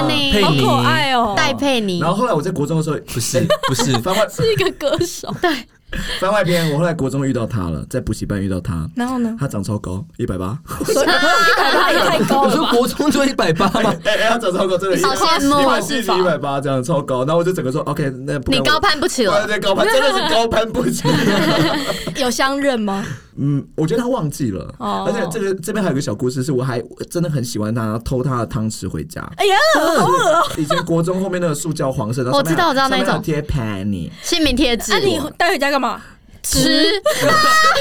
Penny
嗯
佩
好
妮，
可爱哦，
戴佩妮
然，后后来我在国中的时候，
不是不 是，
番外
是一个歌手。
番外篇，我后来国中遇到她了，在补习班遇到她，
然后呢？
她长超高，一百八。
所以一百八也 太高
我
了
说
吧？
国中就一百八嘛，
哎、欸，他长超高，真的，
好羡慕
一
啊
百七十一百八这样超高，然后我就整个说 OK，那不
你
然我
高攀不起
对
了，
对高攀真的是高攀不起。
有相认吗？
嗯，我觉得他忘记了，
哦
而且这个这边还有个小故事，是我还我真的很喜欢他，偷他的汤匙回家。
哎呀，
嗯
好恶哦！
以前国中后面那个塑胶黄色的，
我知道我知道那一种
上面还贴 penny，
姓名贴纸
那，啊 你带回家干嘛？
吃，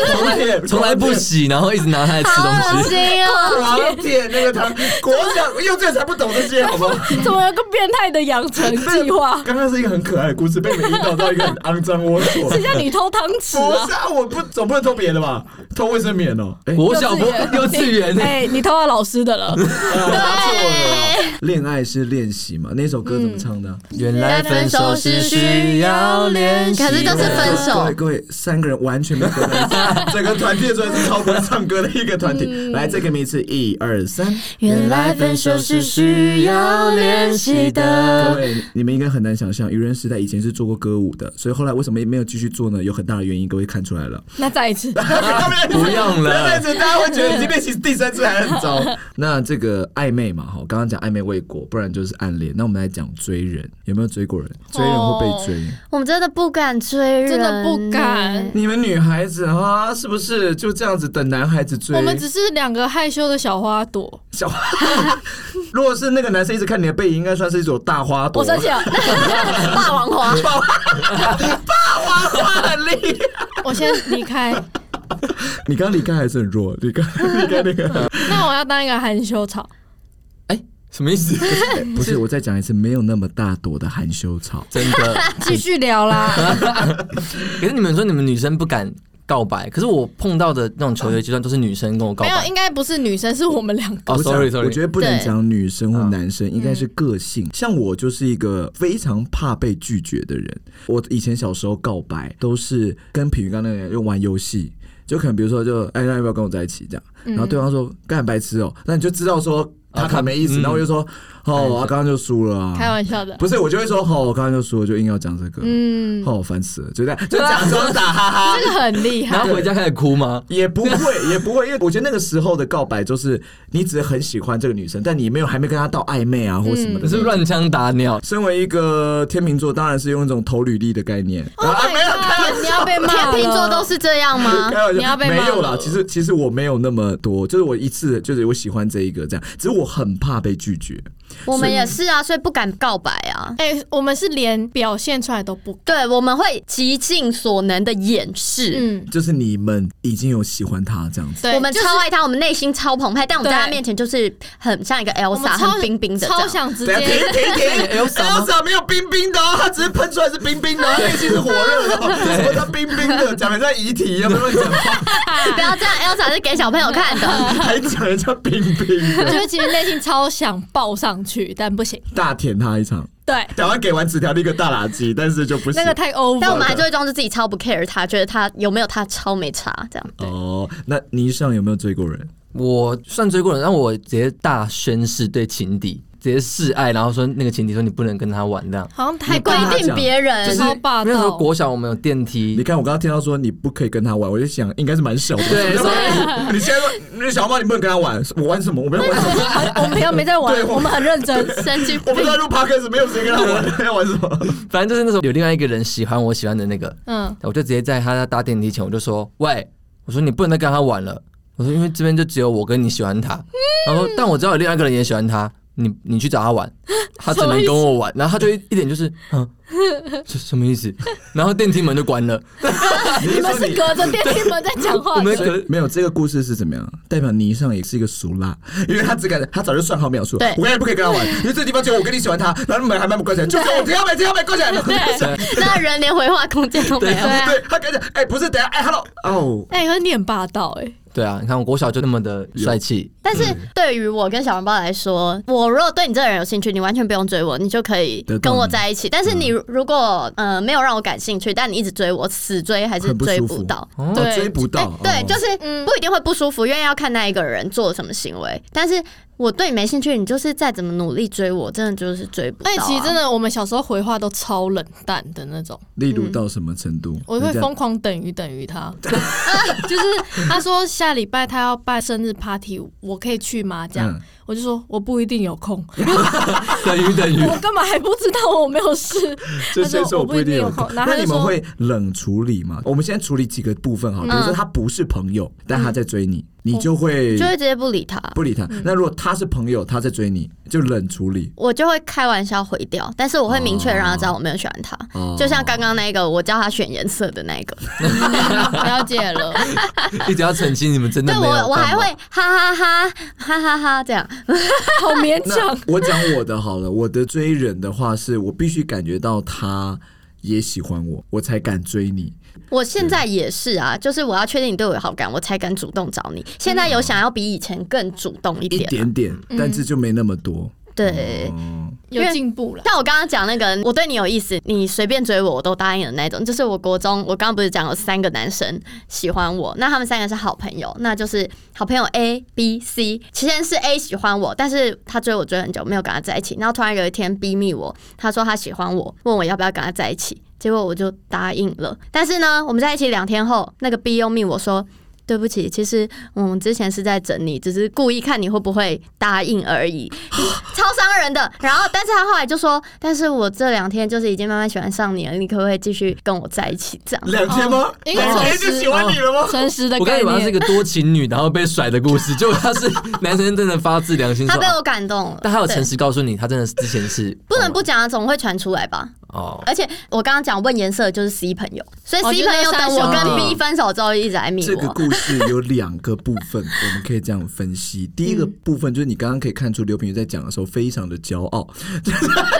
从来
从来不洗，然后一直拿它来吃
好
东
恶
西。
心哦。
狂舔那个糖，国小幼稚园才不懂这些，好吗？
怎么有个变态的养成计划？
刚刚是一个很可爱的故事，被你们引导到一个很肮脏龌龊。
谁叫你偷汤匙
不
啊
是？啊，我不总不能偷别的吧？偷卫生棉哦、哎
国小不 幼稚 园，
哎、
欸
你偷到老师的了。
对，
恋爱是练习嘛？那首歌怎么唱
嗯
的啊？
原来分手是需要练习。
可是就是分手
各位各位，三个人完全没有合在一起整个团体算是超不会唱歌的一个团体。
嗯
来，再给你们一次，一二三。
原来分手是需要练习
各
的。
位，你们应该很难想象，愚人时代以前是做过歌舞的，所以后来为什么没有继续做呢？有很大的原因，各位看出来 了。
那再一次，
不用 了，
子大家会觉哎得已经练习第三次还很糟。那这个暧昧嘛，哈，刚刚讲暧昧未果，不然就是暗恋。那我们来讲追人，有没有追过人？追人会被追。
我们真的不敢追人，
真的不敢。
你们女孩子啊，是不是就这样子等男孩子追？
我们只是两个害羞的小花朵。
小，如果是那个男生一直看你的背影，应该算是一朵大花朵。
我生 气了，
霸王花，
哇，很厉害！
我先离开。
你刚离开还是很弱，你刚离开那 个
那我要当一个含羞草，
哎、什么意 思？
不是，我再讲一次，没有那么大朵的含羞草。
真的？
哎
继续聊啦。
可是你们说你们女生不敢告白，可是我碰到的那种球员阶段都是女生跟我告
没有，
白。
应该不是女生，是我们两个。
哦
我想
，sorry sorry，
我觉得不能
对
讲女生或男生，应该是个性。像我就是一个非常怕被拒绝的人。我以前小时候告白都是跟品瑜刚那个人就玩游戏，就可能比如说就哎，那要不要跟我在一起这样？然后对方说干白痴哦，那你就知道说他可能没意思，
嗯
然后我就说哦，我刚刚就输了
开
啊，
玩笑的。
不是，我就会说哦，我刚刚就输了，就硬要讲这个，
嗯，
哦，烦死了，就这样，就假装打哈哈。
这个很厉害
然。后回家开始哭吗？
也不会，也不会，因为我觉得那个时候的告白就是你只是很喜欢这个女生，但你没有还没跟她到暧昧啊或什么的。
你是不是乱枪打鸟？
身为一个天秤座，当然是用一种投履历的概念。啊
Oh my god！你 要被骂
天
了
秤座都是这样 吗？
开玩笑
你要被骂
啊没有啦，
了
其实其实我没有那么多，就是我一次就是我喜欢这一个这样，只是我很怕被拒绝。
我们也是啊，所以不敢告白啊。
哎、我们是连表现出来都不。
对，我们会极尽所能的掩饰。
嗯，
就是你们已经有喜欢他这样子，
对，
我们
就是
超爱他，我们内心超澎湃，但我们在他
对
面前就是很像一个
我们
Elsa，
超
很冰冰的这
超
样。
想直
等一下停
接。
停 停
Elsa
没哎有冰冰的、哦，他只是喷出来是冰冰的、哦，内心是火热的、哦，什么叫冰冰的？讲人家遗体一样的乱 讲话，
不要这样，Elsa 是给小朋友看 的。
还讲人家冰冰的。
就是其实内心超想抱上去，但不行。
大舔他一 场，
对，
台湾给完纸条立个大垃圾，但是就不行。
那个太 over 了。
但我们还就会装作自己超不 care 他，觉得他有没有他超没差这样。
哦，那你上有没有追过人？
我算追过人，然后我直接大宣誓对情敌，直接示爱，然后说那个情敌说你不能跟他玩这样。
好像太
你跟
贵
他
规定别
就
人
是，呃超霸道
那时候国小我们有电
你
梯，
看我刚刚听到说你不可以跟他玩，我就想应该是蛮小的。
对所
以 你现在说你小猫你不能跟他玩，我玩什么？我没有玩什么，
我们又没在玩，我们很认真。
神经
我
病
不知道录 podcast 没有时间跟他玩， 要玩什么？
反正就是那时候有另外一个人喜欢我喜欢的那个，
嗯，
我就直接在他搭电梯前我就说喂，我说你不能再跟他玩了，我说因为这边就只有我跟你喜欢 他，然后说但我知道有另外一个人也喜欢他。你你去找他玩，他只能跟我 玩，然后他就一一点就是，嗯，这什么意思？然后电梯门就关了，
你们是隔着电梯门在讲话
我们
的。
隔
没有这个故事是怎么样？代表倪尚也是一个俗辣，因为他只敢他早就算好秒数，
对
我刚才不可以跟他玩，因为这地方只有我跟你喜欢他，然后门还慢慢关起来，就说我停要买，停要买，关起来，对
那人连回话空间都没
对
有。
啊，
对，他跟着哎不是，等一下哎 hello 哦，
哎、有点霸道哎、
对啊，你看我国小就那么的帅气，
但是对于我跟小笼包来说，我如果对你这个人有兴趣，你完全不用追我，你就可以
得到
跟
你
我在一起。但是你
嗯
如果呃没有让我感兴趣，但你一直追我，死追还是
很不
追
舒
不
服
到。
哦
我
对
追不
哎
到，
对，
哦
就是
嗯
不一定会不舒服，因为要看那一个人做什么行为。但是我对你没兴趣，你就是再怎么努力追我，真的就是追不到、
哎、
啊。
其实真的，我们小时候回话都超冷淡的那种，
例如到什么程度？
嗯我会
人家
疯狂等于等于 他，就是他说下礼拜他要办生日 party，我可以去吗？这样，
嗯
我就说我不一定有空，
等于等于，
我干嘛还不知道我没有 事？
就先说我不一定有空
他说我不一定有空。然
那
后他就
你们
说
会冷处理吗？我们先处理几个部分哈，比如说他不是朋友，但他在追你，你就会
就会直接不理他，
不理他。那如果他是朋友，他在追你，就冷处理。
我就会开玩笑回掉，但是我会明确让他知道我没有喜欢他。
哦
就像刚刚那个，我叫他选颜色的那个，
了解了，
一直要澄清你们真的
对
没有办法。
我我还会哈哈哈哈哈哈这样，
好勉
那
强。
我讲我的好了，我的追人的话是我必须感觉到他也喜欢我，我才敢追你。
我现在也是啊，就是我要确定你对我有好感，我才敢主动找你。现在有想要比以前更主动一
一
点，
点点，但是就没那么多。
对。
哦，
有进步了，
像我刚刚讲那个，我对你有意思，你随便追我，我都答应的那种。就是我国中，我刚刚不是讲有三个男生喜欢我，那他们三个是好朋友，那就是好朋友 A、B、C。其实是 A 喜欢我，但是他追我追很久，没有跟他在一起。然后突然有一天 B 密我，他说他喜欢我，问我要不要跟他在一起，结果我就答应了。但是呢，我们在一起两天后，那个 B 又密我说。对不起，其实我们之前是在整你，只是故意看你会不会答应而已。超伤人的。然后，但是他后来就说，但是我这两天就是已经慢慢喜欢上你了，你可不可以继续跟我在一起？这样，
两天吗？
应该
两天就喜欢你了吗？
诚实的
我刚
概
以为他是一
念。
个多情女，然后被甩的故事，结果他是男生真的发自良心
他
说
被
啊，
我感动了。
但他有
对
诚实告诉你，他真的是之前是
不能不讲啊，总会传出来吧？
哦，
而且我刚刚讲问颜色的就是 C 朋友，所以
哦
C
就那
朋友等我
三
兄
跟
弟
B 分手之后一直来密
这个
我。
故事有两个部分，我们可以这样分析。第一
嗯
个部分就是你刚刚可以看出刘品瑜在讲的时候非常的骄傲，
A、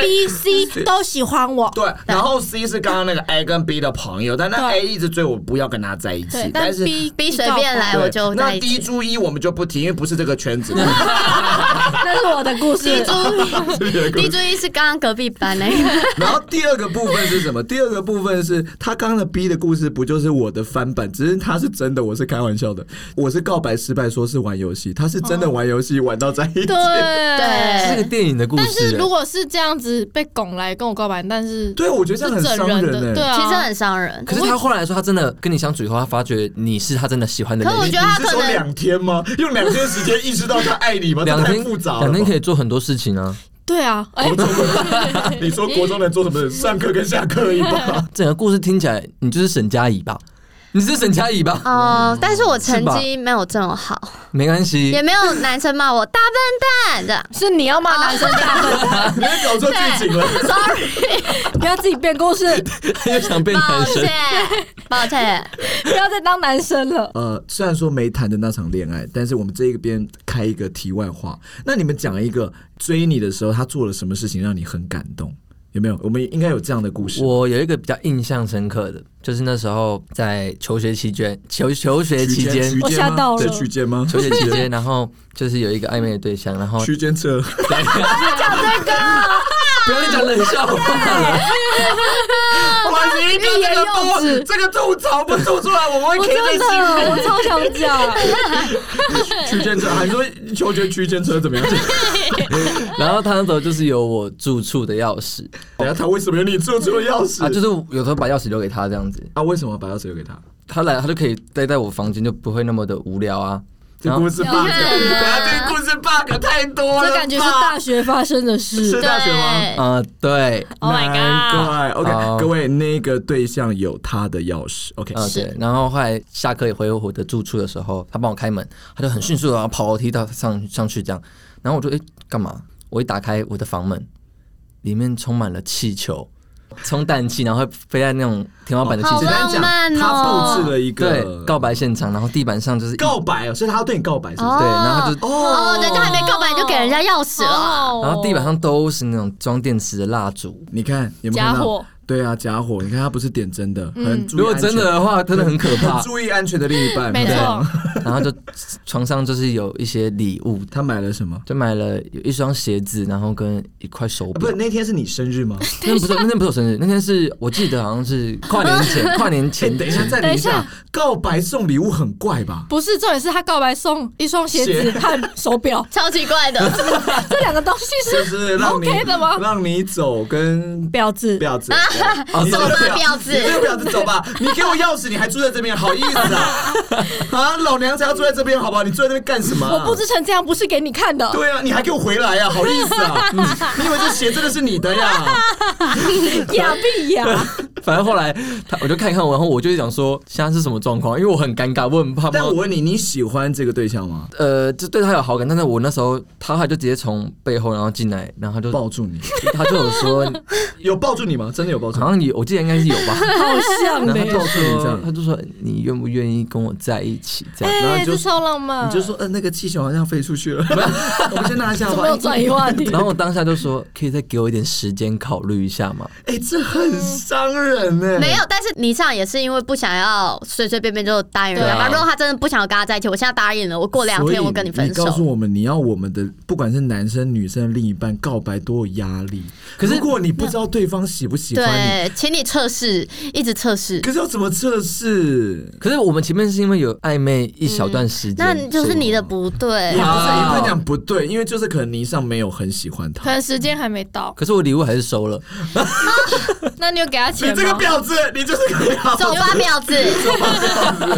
B、C 都喜欢我，
对，然后 C 是刚刚那个 A 跟 B 的朋友，但那 A 一直追我不要跟他在一
对
起，，
但
是
B
B 随便来
对
我就在
那
一
D
起。
猪一我们就不提，因为不是这个圈子。
那是我的故 事。
D 注意是刚刚隔壁班那个，
然后第二个部分是什么？第二个部分是他刚刚的 B 的故事，不就是我的翻版？只是他是真的，我是开玩笑的。我是告白失败，说是玩游戏，他是
哦
真的玩游戏、玩到在一起。
对。
这是个电影的故事
但
欸。
是如果是这样子被拱来跟我告白，但是
对，我觉得这样很
是整
伤欸
人
呢、
的，对啊，
其实很伤人。
可是他后来说，他真的跟你相处以后，他发觉你是他真的喜欢的
可我
人。
觉得他
你是
可
说
能
两天吗？用两天时间意识到他爱你吗？这
两
太
天
复杂了吧。
两天 可以做很多事情啊，
对啊，哎、
你说国中能做什么？上课跟下课而已吧。
整个故事听起来你就是沈佳宜吧？你是沈佳宜吧？
哦，但是我成
是吧
绩没有这么好，
没关系
也，没有男生骂我大笨蛋这样。
是你要骂男生大笨蛋，
你要搞错剧情了。
不要自己编 故事，
又想变
抱
男生
歉。，抱歉，
不要再当男生了。
呃，虽然说没谈的那场恋爱，但是我们这一边开一个题外话。那你们讲一个追你的时候，他做了什么事情让你很感动？有没有？我们应该有这样的故事。
我有一个比较印象深刻的，就是那时候在求学期间，求求学期间，
我吓到了
在区间吗？
求学期间，然后就是有一个暧昧的对象，然后
区间车，
不要再讲冷笑话了，
我一个这个不这个吐槽不吐出来，我们会
我
贴在
真的，
心里。
我超想讲，
区间车，还说求学区间车怎么样？
然后他那时候就是有我住处的钥匙
等一下他为什么有你做出的钥匙？
啊，就是有时候把钥匙留给他这样子，
啊，为什么把钥匙留给他？
他来他就可以待在我房间，就不会那么的无聊啊。
这
然后
故 事 bug，啊
等下这个故事 bug 太多了，
这感觉是大学发生的事
是。大学吗？
对，
啊、对，
Oh my
难
god！
怪
好
，OK，各位，那个对象有他的钥匙，OK，
啊、对。然后后来下课也回我的住处的时候，他帮我开门，他就很迅速的然后跑楼梯到上上去这样，然后我就诶干嘛？我一打开我的房门，里面充满了气球，充氮气，然后会飞在那种天花板的气
好
球
简，单
浪漫
讲，
哦
他布置了一
对
个，
告白现场，然后地板上就是一
告白哦，所以他要对你告白，是不是？
对，然后他就
哦，人家还没告白你就给人家钥匙了，，
哦
然后地板上都是那种装电池的蜡烛。
你看有没有看
假
到
火？嗯
对啊，假火，你看他不是点真的，很注意
如果
安全
真的啊的话，真的很可怕
很。注意安全的另一半，
没
对
错，
然后就床上就是有一些礼物，
他买了什么？
就买了有一双鞋子，然后跟一块手
啊
表
不。是那天是你生日 吗？
那天不是那天不是我生日，那天是我记得好像是跨年前，跨年
哎
前
等一下，暂停一
等
下
一，
告白送礼物很怪吧？
不是重点是他告白送一双鞋子和手表
超奇怪的。
这两个东西
就是是让 你
OK 的吗
让你走跟
婊子。
婊子，
哦
你这
走
个
吧
婊
婊子
你这个婊子走吧！你给我钥匙，你还住在这边，好意思 啊？啊，老娘才要住在这边，好不好？你住在这边干什么啊、
我布置成这样不是给你看的，
对啊，你还给我回来呀、啊，好意思 啊？你以为这鞋真的是你的呀？
哑必哑。
反正后来他我就看一看，然后我就想说现在是什么状况，因为我很尴尬，我很 怕。
但我问你，你喜欢这个对象吗？
呃，就对他有好感，但是我那时候他还就直接从背后然后进来，然后他就
抱住你，
他就有说，
有抱住你吗？真的有抱住你？
好像有我记得应该是有吧。
好 像
然后他
欸
就
你这
说
样，
他就说你愿不愿意跟我在一起这样？
然后
哎，
你就
这超浪漫。
你就说，呃，那个气球好像飞出 去了，我们先拿一下
怎
吧
么。有转移话题？
然后我当下就说，可以再给我一点时间考虑一下吗？
哎、这很伤人哎呢、
嗯没有，但是你这样也是因为不想要随随便便就答应人家
对啊
吧。如果他真的不想要跟他在一起，我现在答应了，我过两天
所以
我跟
你
分手
告。诉我们，你要我们的不管是男生女生的另一半告白多有压力。
可是
如果你不知道对方喜不喜欢你，
对，请你测试，一直测试。
可是要怎么测试？
可是我们前面是因为有暧昧一小段时间，
那就是你的不对
也不是，也。不能
啊
讲不对，因为就是可能倪尚没有很喜欢
可
他。
能时间还没 到，
可是我礼物还是收了，
那你有给他
你
钱
这个
吗？
婊子，你就是个婊子。
走吧，婊子！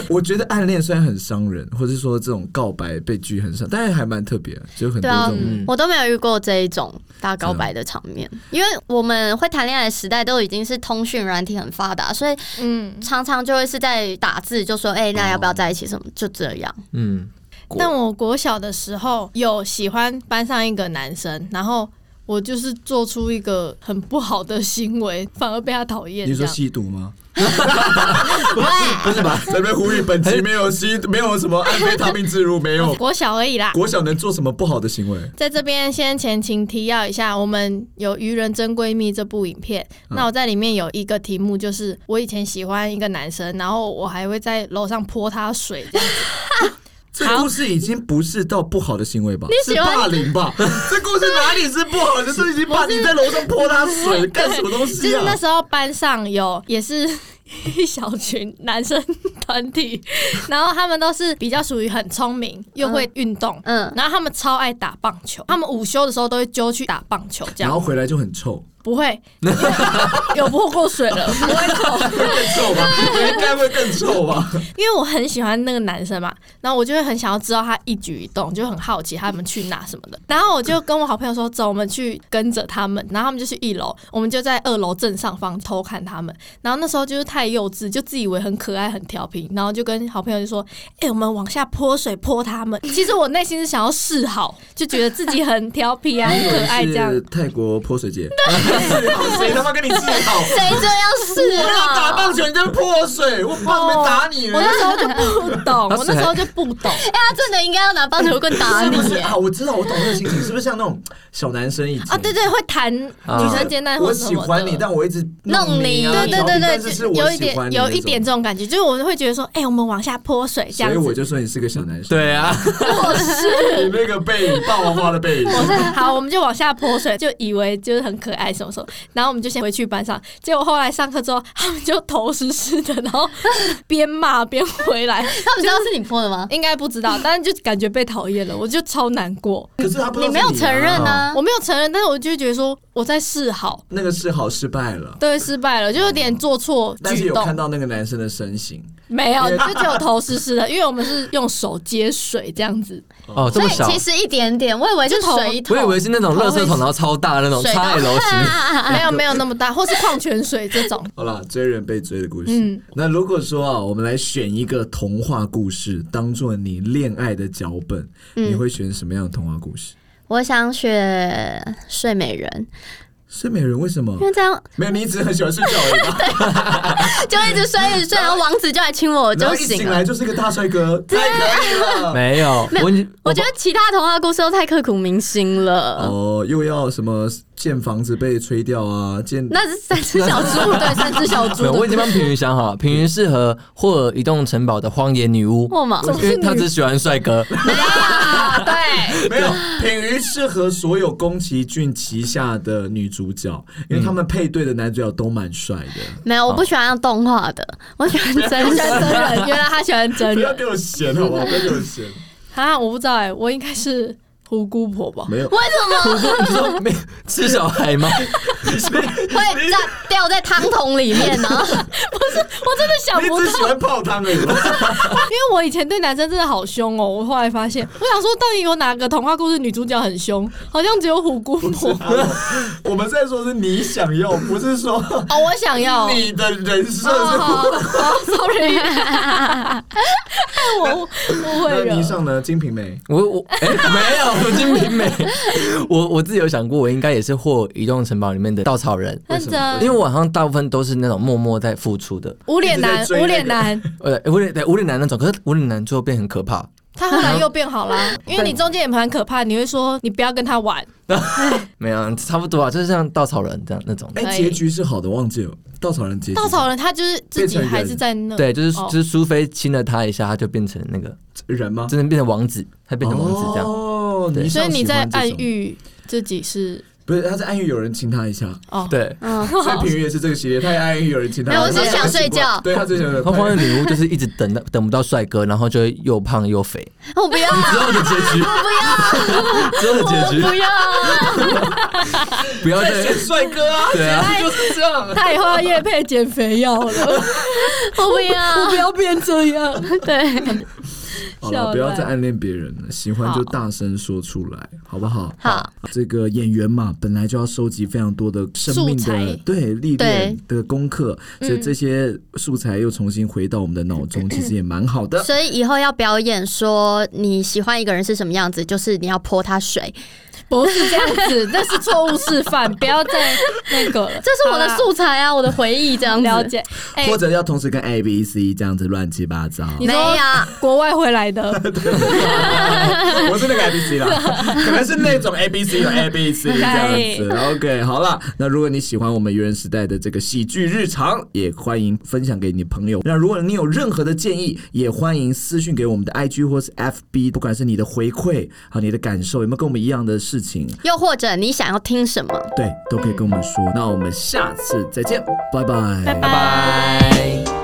我觉得暗恋虽然很伤人，或者说这种告白被拒很伤，但是还蛮特别，就很多
对啊
这种。，
我都没有遇过这一种大告白的场面，嗯因为我们会谈恋爱的时代都已经是通讯软体很发达，所以
嗯，
常常就会是在打字，就说：“哎、那要不要在一起？”什么就这样。
嗯，
但我国小的时候有喜欢班上一个男生，然后。我就是做出一个很不好的行为，反而被他讨厌。
你
这
说
样
吸毒吗？
喂，
不是吧？在那边呼吁本集没有吸，没有什么安非他命植入，没有。
国小而已啦。
国小能做什么不好的行为？
在这边先前情提要一下，我们有《愚人真闺蜜》这部影片，
嗯
那我在里面有一个题目，就是我以前喜欢一个男生，然后我还会在楼上泼他水，这样
这
好
故事已经不是到不好的行为吧？
你
是
喜欢
霸凌吧？这故事哪里是不好的？是已经把你在楼上泼他水，干什么东
就
西
是那
啊？
时候班上有也是 一小群男生团体， 然后他们都是比较属于很聪明又会运动，
嗯，
然后他们超爱打棒球，他们午休的时候都会揪去打棒球，这
然
样
后回来就很 臭，
不会因为有泼过水了，不会臭。
会更臭吧？应该会更臭吧？
因为我很喜欢那个男生嘛，然后我就会很想要知道他一举一动，就很好奇他们去哪什么的。然后我就跟我好朋友说：“走，我们去跟着他们。”然后他们就去一楼，我们就在二楼正上方偷看他们。然后那时候就是太幼稚，就自以为很可爱、很调皮，然后就跟好朋友就说：“哎、我们往下泼水泼他们。”其实我内心是想要示好，就觉得自己很调皮 啊、很可爱这样
是。泰国泼水 节，啊
谁他妈跟你治好？
谁这样是
我要打
啊？
棒球你在泼水，我棒没打你
我那时候就不 懂，
他
我那
是
时候就不懂。
哎，他真的应该要拿棒球棍打
是
你
不是
耶！
啊？我知道，我懂那个心情，是不是像那种小男生以前
啊，对哎对，会弹
啊
女生煎蛋
我
或者什
喜
么的。
欢你，但我一直
弄你
你啊，
对对
调皮但
对对，
是
就是有
我
一
喜欢
点
你那
有
种
一点这种感觉，就是我们会觉得说，哎、我们往下泼水这
所以
样
我
子。
就说你是个小男生，
对啊，
你那个背影，霸王花的背影，
好， 我们就往下泼水，就以为就是很可爱什么什么，然后我们就先回去班上。结果后来上课之后，他们就头湿湿的，然后边骂边回来，
他们知道是你泼的吗？
应该不知道，但是就感觉被讨厌了，我就超难过。
可是他不知道是
你没有承认
啊。
啊
我？没有承认，但是我就觉得说我在示好，
那个示好失败了，
对，失败了，就有点做错
但是
举
有看
动，
到那个男生的身形，
没有，就只有头湿湿的，因为我们是用手接水这样子。
哦，这
所
么
以
小，
其实一点点，我以为是
就头
水
我
桶，
以为是那种垃圾桶，然后超大那种
水啊
XL 型。
没有没有那么大，或是矿泉水这种。
好啦，追人被追的故事。
嗯
那如果说啊，我们来选一个童话故事当做你恋爱的脚本，
嗯
你会选什么样的童话故事？
我想选睡美人，
睡美人为什么
因？为这样
没有，你一直很喜欢睡觉而已吧，
就一直睡一直睡，然后王子就来亲 我，我
然
就
后一
醒
醒
了。
来就是个大帅哥，太可以 了。
没有，我已经
我觉得其他童话故事都太刻骨铭心了。
哦，又要什么建房子被吹掉啊？建
那是三只小猪，对，三只小
没有，
猪
我已经帮平云想好了，平云适合霍尔移动城堡的荒野女巫，
我嘛，
因为她只喜欢帅 哥。
啊对，
没有，品瑜适合所有宫崎骏旗下的女主角，因为他们配对的男主角都蛮帅的。
没有，我不喜欢动画的，我喜欢真
喜 欢真
人。
人，原来他喜欢真
不要
人
给我闲好不 好？不要给我闲。
啊！我不知道哎、我应该是胡姑婆吧？
没有，
为什么
你说没吃小孩吗？
会在掉在汤桶里面 呢？啊
我真的想
你
不
只喜
到，
欢泡汤 而已吗。
因为我以前对男生真的好凶哦。我后来发现，我想说，到底有哪个童话故事女主角很凶？好像只有胡姑 婆
我们在说是你想要，不是说
哦。我想要。
你的人
哦
设是。
好好，sorry，我误
那
会
迷
了。
上呢？《金瓶梅
我我哎、没有，金瓶梅。我我自己有想过，我应该也是霍尔移动城堡里面的稻草人，
认
因为
真，
我好像大部分都是那种默默在付出的，
无脸男，无脸男，
呃，无脸对无脸男那种。可是无脸男最后变很可怕，
他后来又变好啦。因为你中间也蛮可怕，你会说你不要跟他玩，
没有差不多啊，就是像稻草人这样那种》。。
哎，
可以
结局是好的，忘记了。稻草人结局，
稻草人他就是自己还是在那，
对，就是、
哦
就是苏菲亲了他一下，他就变成那个，
人吗？
真的变成王子，他变成王子这样。
哦，
对
所以
上
你
喜
在
欢这
暗
种，
喻自己是
不是他在暗喻有人亲他一 下，
哦，
对，
嗯，
所以平宇也是这个系列，他也爱有人请他。
没有我只想睡觉
对他只想睡
他荒
觉。
野女巫就是一直等到等不到帅哥，然后就会又胖又肥，
我不要，
之后的结 局，之后的结局，
不要，
不要再
帅哥啊，
对啊，
就是这样。
他以后要夜配减肥药了，
我不要，
不要变这样。
啊对，
好了，
笑烂
不要再暗恋别人了，喜欢就大声说出来，好不好？
好，
这个演员嘛，本来就要收集非常多的生命
素材嗯
的对历练的功课，所以这些素材又重新回到我们的脑中，其实也蛮好的。
所以以后要表演说你喜欢一个人是什么样子，就是你要泼他水，
不是这样 子，那是错误示范，不要再那个了。
这是我的
好啦
素材啊，我的回忆这样子。
了解。哎、
或者要同时跟 A、B、C 这样子乱七八糟。
你说
没有
国外回来的，
我是那个 A B C 啦，可能是那种 A B C 的 A B C 这样子。OK，好了，那如果你喜欢我们愚人时代的这个喜剧日常，也欢迎分享给你朋友。那如果你有任何的建议，也欢迎私讯给我们的 IG 或是 FB，不管是你的回馈和你的感受，有没有跟我们一样的事情，
又或者你想要听什么？
对，都可以跟我们说。那我们下次再见，拜拜，拜
拜。
拜。